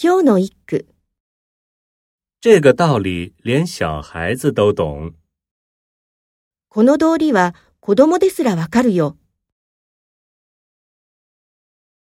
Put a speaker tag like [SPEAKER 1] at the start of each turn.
[SPEAKER 1] 今日の一句、
[SPEAKER 2] 这个道理连小孩子都懂。
[SPEAKER 1] この道理は子供ですらわかるよ。